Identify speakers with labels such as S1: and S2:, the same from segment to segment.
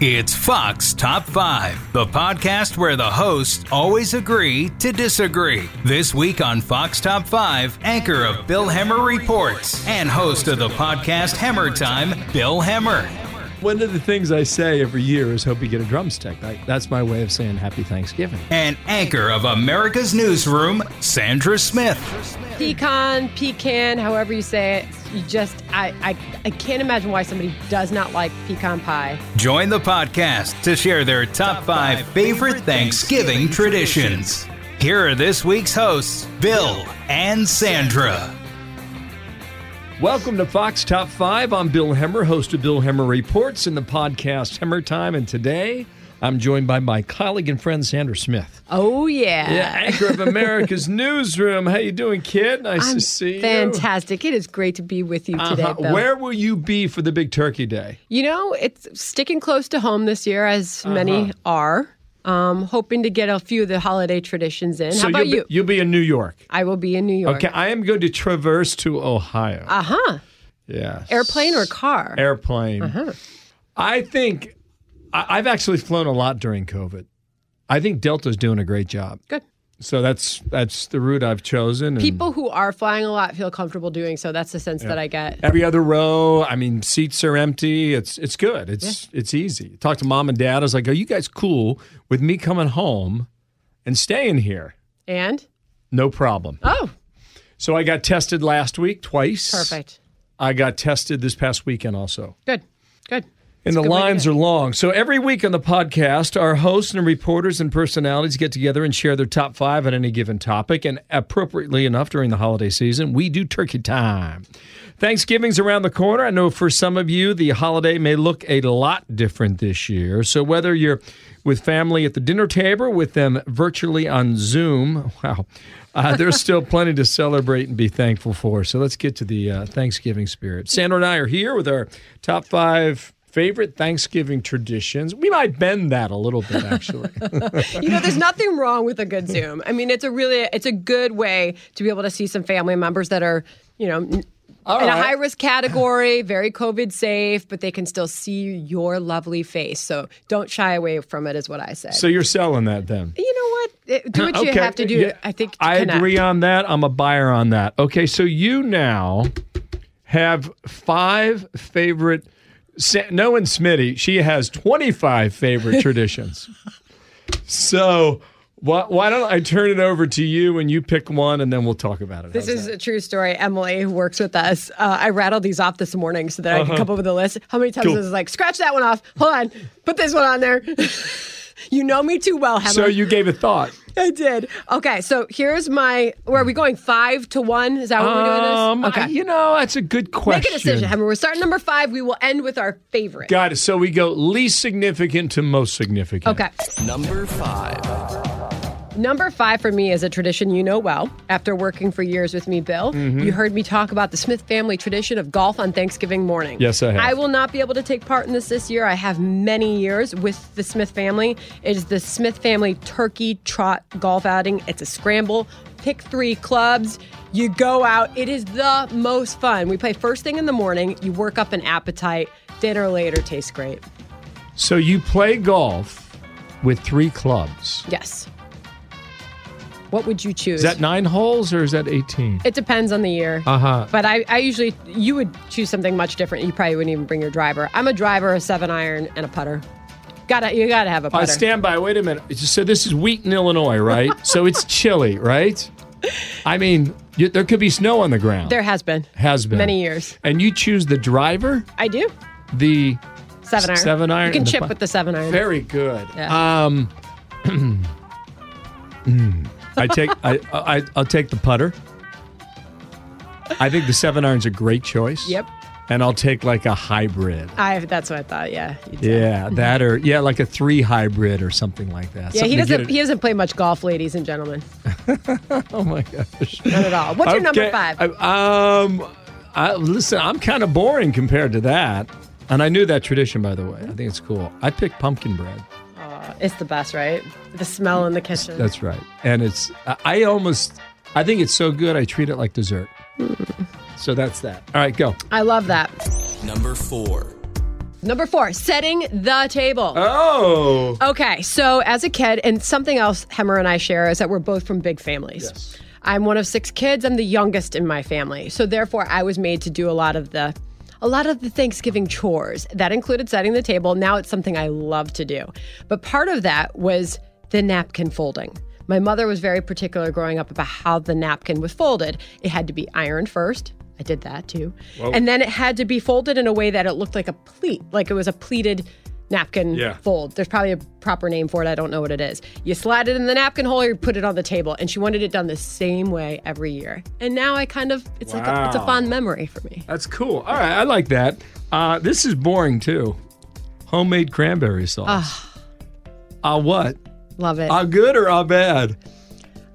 S1: It's Fox Top 5, the podcast where the hosts always agree to disagree. This week on Fox Top 5, anchor of Bill Hemmer Reports and host of the podcast Hammer Time, Bill Hemmer.
S2: One of the things I say every year is hope you get a drumstick. Like, that's my way of saying happy Thanksgiving.
S1: And anchor of America's Newsroom, Sandra Smith.
S3: pecan, pecan, however you say it. You just, I, I, I can't imagine why somebody does not like pecan pie.
S1: Join the podcast to share their top five favorite Thanksgiving traditions. Here are this week's hosts, Bill and Sandra.
S2: Welcome to Fox Top 5. I'm Bill Hemmer, host of Bill Hemmer Reports and the podcast Hemmer Time. And today I'm joined by my colleague and friend, Sandra Smith.
S3: Oh yeah.
S2: Yeah, anchor of America's Newsroom. How you doing, kid? Nice
S3: I'm
S2: to see you.
S3: fantastic. It is great to be with you today,
S2: Uh-huh.
S3: Bill.
S2: Where will you be for the big turkey day?
S3: You know, it's sticking close to home this year, as
S2: Uh-huh.
S3: many are. Um, hoping to get a few of the holiday traditions in. How about
S2: you'll be,
S3: you?
S2: You'll be in New York.
S3: I will be in New York.
S2: Okay, I am going to traverse to Ohio.
S3: Uh huh.
S2: yeah.
S3: Airplane or car?
S2: airplane. I think I, I've actually flown a lot during COVID. I think Delta's doing a great job.
S3: Good.
S2: So that's that's the route I've chosen. and
S3: People who are flying a lot feel comfortable doing so. That's the sense that I get.
S2: every other row, I mean, seats are empty. It's it's good. It's it's easy. Talk to mom and dad. I was like, are you guys cool with me coming home and staying here?
S3: And
S2: No problem.
S3: oh,
S2: So I got tested last week twice.
S3: perfect.
S2: I got tested this past weekend also.
S3: Good. Good.
S2: And the
S3: a good way to
S2: lines
S3: do
S2: are long. So every week on the podcast, our hosts and reporters and personalities get together and share their top five on any given topic. And appropriately enough, during the holiday season, we do turkey time. Thanksgiving's around the corner. I know for some of you, the holiday may look a lot different this year. So whether you're with family at the dinner table, with them virtually on Zoom, wow, uh, there's still plenty to celebrate and be thankful for. So let's get to the uh, Thanksgiving spirit. Sandra and I are here with our top five favorite Thanksgiving traditions. We might bend that a little bit, actually.
S3: you know there's nothing wrong with a good zoom i mean it's a really it's a good way to be able to see some family members that are you know n- in a
S2: right.
S3: high risk category very covid safe but they can still see your lovely face so don't shy away from it is what i say
S2: so you're selling that then.
S3: you know what Eh, do what you have to do
S2: yeah.
S3: i think to
S2: I
S3: connect.
S2: agree on that. I'm a buyer on that. Okay, so you now have five favorite. Sa- No and Smitty, she has 25 favorite traditions. So why, why don't I turn it over to you and you pick one and then we'll talk about it.
S3: this is a true story. Emily, who works with us, uh, I rattled these off this morning so that I could come up with a list. How many times
S2: Uh-huh. Cool.
S3: was it like, scratch that one off, hold on, put this one on there? you know me too well, Heather.
S2: so you gave it thought.
S3: I did. Okay, so here's my. Where are we going? Five to one? Is that
S2: Um,
S3: what we're doing? This?
S2: I-
S3: Okay.
S2: you know, that's a good question.
S3: Make a decision. I mean, we're starting number five. We will end with our favorite.
S2: Got it. So we go least significant to most significant.
S3: Okay.
S4: Number five.
S3: Number five for me is a tradition you know well. After working for years with me, Bill,
S2: Mm-hmm.
S3: you heard me talk about the Smith family tradition of golf on Thanksgiving morning.
S2: Yes, I have.
S3: I will not be able to take part in this this year. I have many years with the Smith family. It is the Smith family turkey trot golf outing. It's a scramble. Pick three clubs. You go out. It is the most fun. We play first thing in the morning. You work up an appetite. Dinner later tastes great.
S2: So you play golf with three clubs.
S3: Yes. What would you choose?
S2: Is that nine holes or is that 18?
S3: It depends on the year.
S2: Uh huh.
S3: But I, I usually, you would choose something much different. You probably wouldn't even bring your driver. I'm a driver, a seven iron, and a putter. Gotta, you gotta have a
S2: I
S3: putter.
S2: stand by. Wait a minute. It's just- So this is Wheaton, Illinois, right? so it's chilly, right? I mean, you, there could be snow on the ground.
S3: there has been.
S2: has been
S3: Many years.
S2: And you choose the driver,
S3: I do.
S2: the
S3: Seven iron.
S2: Seven iron
S3: You can
S2: and the
S3: chip
S2: putt-
S3: with the seven iron.
S2: very good.
S3: Yeah.
S2: Um, mm. I take I, I I'll take the putter. I think the seven iron's a great choice.
S3: Yep.
S2: And I'll take like a hybrid.
S3: I, that's what I thought. Yeah. you did.
S2: Yeah, that or yeah, like a three hybrid or something like that.
S3: Mm-hmm. Yeah,
S2: Something
S3: he
S2: to
S3: doesn't.
S2: get
S3: He
S2: it-
S3: doesn't play much golf, ladies and gentlemen.
S2: oh my gosh.
S3: Not at all. What's your number
S2: Okay,
S3: five?
S2: I- um, I, listen, I'm kind of boring compared to that, and I knew that tradition by the way. I think it's cool. I picked pumpkin bread.
S3: it's the best, right? The smell in the kitchen.
S2: That's right, and it's I, I almost I think it's so good I treat it like dessert.
S3: Hmm.
S2: so that's that. All right, go.
S3: I love that.
S4: Number four.
S3: Number four, setting the table.
S2: Oh.
S3: Okay, so as a kid, and something else Hemmer and I share is that we're both from big families.
S2: Yes.
S3: I'm one of six kids. I'm the youngest in my family, so therefore I was made to do a lot of the, a lot of the Thanksgiving chores. That included setting the table. Now it's something I love to do, but part of that was the napkin folding. My mother was very particular growing up about how the napkin was folded. It had to be ironed first. I did that too, and then it had to be folded in a way that it looked like a pleat, like it was a pleated napkin
S2: Yeah.
S3: fold. There's probably a proper name for it. I don't know what it is. You slide it in the napkin hole, you put it on the table. And she wanted it done the same way every year. And now I kind of, it's like a, it's a
S2: Wow.
S3: fond memory for me.
S2: That's cool. All right, I like that. Uh, this is boring too. Homemade cranberry sauce. Ah, what?
S3: Love it.
S2: Ah, good or ah bad?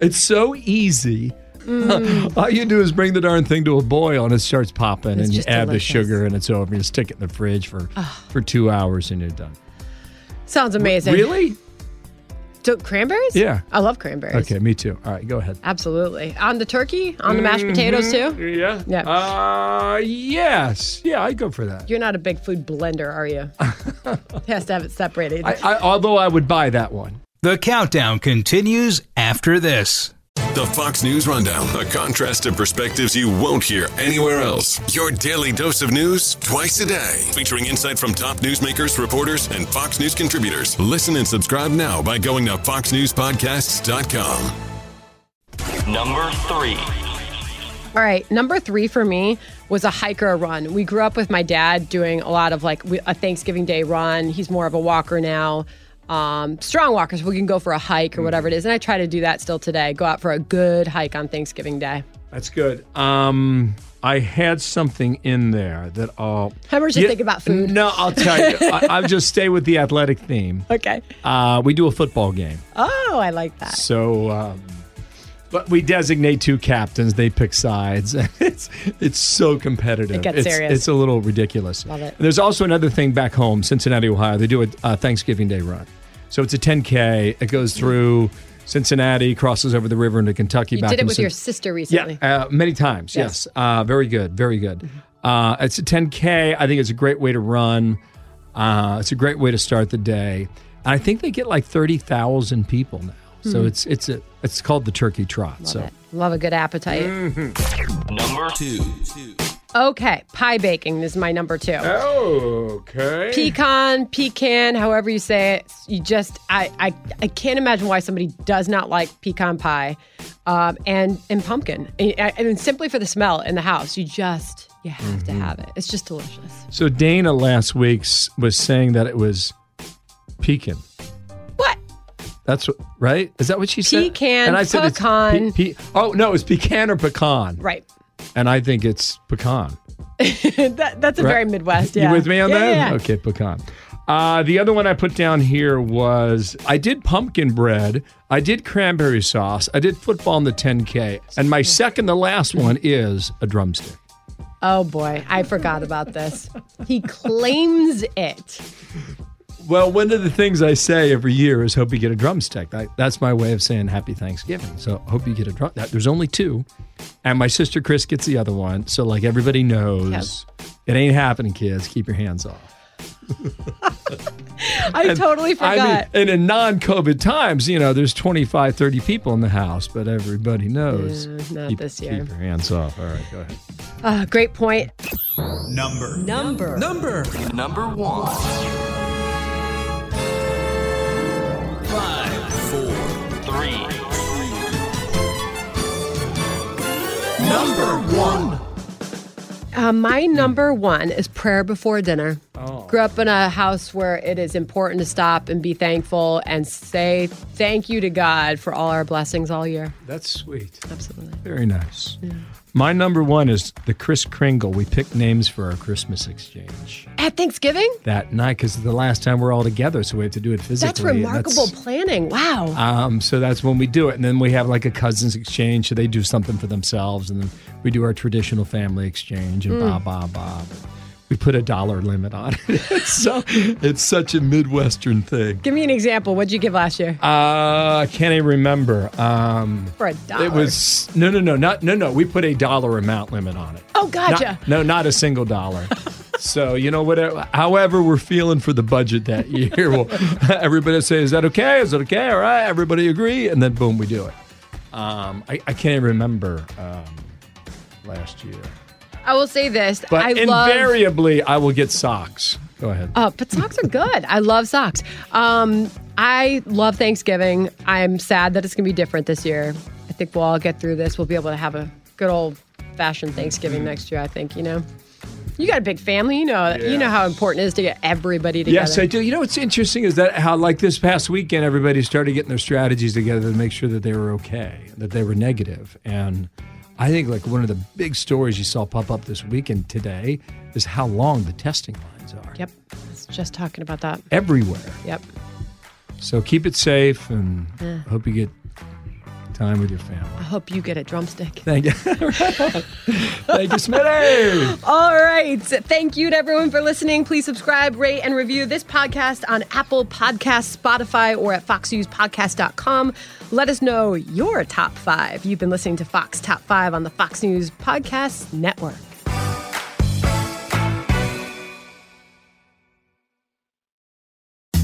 S2: It's so easy. All you do is bring the darn thing to a boil and it starts popping,
S3: Mm. It's
S2: and you
S3: just
S2: add
S3: delicious. Ah.
S2: the sugar and it's over. You stick it in the fridge for for two hours and you're done.
S3: Sounds amazing.
S2: Really?
S3: So, cranberries?
S2: Yeah.
S3: I love cranberries.
S2: Okay, me too. All right, go ahead.
S3: Absolutely. On the turkey, on the
S2: Mm-hmm.
S3: mashed potatoes too.
S2: Yeah.
S3: Yeah.
S2: Uh, yes. Yeah, I go for that.
S3: You're not a big food blender, are you? Has to have it separated.
S2: I, I, although I would buy that one.
S1: The countdown continues after this.
S5: The Fox News Rundown, a contrast of perspectives you won't hear anywhere else. Your daily dose of news twice a day, featuring insight from top newsmakers, reporters, and Fox News contributors. Listen and subscribe now by going to foxnewspodcasts.com.
S4: Number three.
S3: All right, number three for me was a hike or a run. We grew up with my dad doing a lot of like we- a Thanksgiving Day run. He's more of a walker now, um, strong walker, so we can go for a hike or whatever it is. And I try to do that still today. Go out for a good hike on Thanksgiving Day.
S2: That's good. Um, I had something in there that I'll.
S3: How much you think about food?
S2: No, I'll tell you. I, I'll just stay with the athletic theme.
S3: Okay.
S2: Uh, we do a football game,
S3: Oh, I like that.
S2: so. Um, but we designate two captains. They pick sides. It's it's so competitive.
S3: It gets
S2: it's,
S3: serious.
S2: it's a little ridiculous.
S3: Love it.
S2: There's also another thing back home, Cincinnati, Ohio. They do a uh, Thanksgiving Day run, so it's a 10k. It goes through Cincinnati, crosses over the river into Kentucky.
S3: You
S2: back
S3: did it
S2: in
S3: with
S2: Cin-
S3: your sister recently.
S2: yeah, uh, many times.
S3: Yes. Mm-hmm.
S2: Yes. Uh, very good. Very good. Uh, it's a 10K. I think it's a great way to run. Uh, it's a great way to start the day. And I think they get like 30,000 people now. So it's it's a it's called the Turkey Trot. so
S3: Hmm. Love a good appetite.
S4: Number two.
S3: Okay, pie baking is my number two.
S2: okay.
S3: pecan, pecan, however you say it. You just, I, I, I can't imagine why somebody does not like pecan pie, um, and and pumpkin. And, I mean, simply for the smell in the house, you just you have
S2: Mm-hmm.
S3: to have it. It's just delicious.
S2: So Dana last week's was saying that it was pecan.
S3: What?
S2: That's what, right? Is that what she said?
S3: Pecan,
S2: And I said it's
S3: pecan.
S2: Pe- pe- oh no, it's pecan or pecan.
S3: Right.
S2: And I think it's pecan.
S3: that, that's a
S2: Right.
S3: very Midwest.
S2: You
S3: Yeah.
S2: with me on
S3: Yeah,
S2: that?
S3: yeah, yeah.
S2: Okay, pecan. Uh, the other one I put down here was I did pumpkin bread, I did cranberry sauce, I did football in the 10K, and my second to last one is a drumstick.
S3: Oh boy, I forgot about this. He claims it.
S2: Well, one of the things I say every year is hope you get a drumstick. I, that's my way of saying happy Thanksgiving. So hope you get a drum. that- There's only two, and my sister Chris gets the other one. So like everybody knows,
S3: Yes.
S2: it ain't happening, kids. Keep your hands off.
S3: I totally forgot.
S2: I mean, and in non-COVID times, you know, there's 25, 30 people in the house, but everybody knows.
S3: Yeah, not
S2: keep,
S3: this year.
S2: Keep your hands off. All right, go ahead.
S3: Uh, great point.
S1: Number.
S3: Number.
S4: Number. Number one. Five, four, three. Number one.
S3: Uh, my number one is prayer before dinner. Grew up in a house where it is important to stop and be thankful and say thank you to God for all our blessings all year.
S2: That's sweet.
S3: Absolutely.
S2: Very nice. My number one is the Chris Kringle. We picked names for our Christmas exchange
S3: At Thanksgiving?
S2: that night because the last time we're all together, so we have to do it physically.
S3: That's
S2: and
S3: remarkable
S2: that's-
S3: planning. Wow.
S2: Um, so that's when we do it. And then we have like a cousins exchange. So they do something for themselves. And then we do our traditional family exchange and blah, blah, blah. We put a dollar limit on it. so it's such a Midwestern thing.
S3: give me an example. What'd you give last year?
S2: Uh, can I remember? Um,
S3: for a dollar.
S2: it was no, no, no, not no, no. We put a dollar amount limit on it.
S3: Oh, gotcha.
S2: Not- no, not a single dollar. So you know whatever, however we're feeling for the budget that year, well, everybody say, "Is that okay? Is it okay? All right, everybody agree?" And then boom, we do it. Um, I, I can't even remember um, last year,
S3: I will say this.
S2: but
S3: I love.
S2: invariably I will get socks. Go ahead.
S3: Uh, but socks are good. I love socks. Um, I love Thanksgiving. I'm sad that it's going to be different this year. I think we'll all get through this. We'll be able to have a good old fashioned Thanksgiving next year. I think you know. You got a big family. You know. You know how important it is to get everybody together.
S2: Yes, I do. You know what's interesting is that how like this past weekend, everybody started getting their strategies together to make sure that they were okay, that they were negative. And I think like one of the big stories you saw pop up this weekend today is how long the testing lines are
S3: Yep. I was just talking about that.
S2: everywhere.
S3: Yep.
S2: So keep it safe and hope you get time with your family.
S3: I hope you get a drumstick.
S2: Thank you. Thank you, Smitty.
S3: All right. Thank you to everyone for listening. Please subscribe, rate, and review this podcast on Apple Podcasts, Spotify, or at foxnewspodcast.com. Let us know your top five. You've been listening to Fox Top 5 on the Fox News Podcast Network.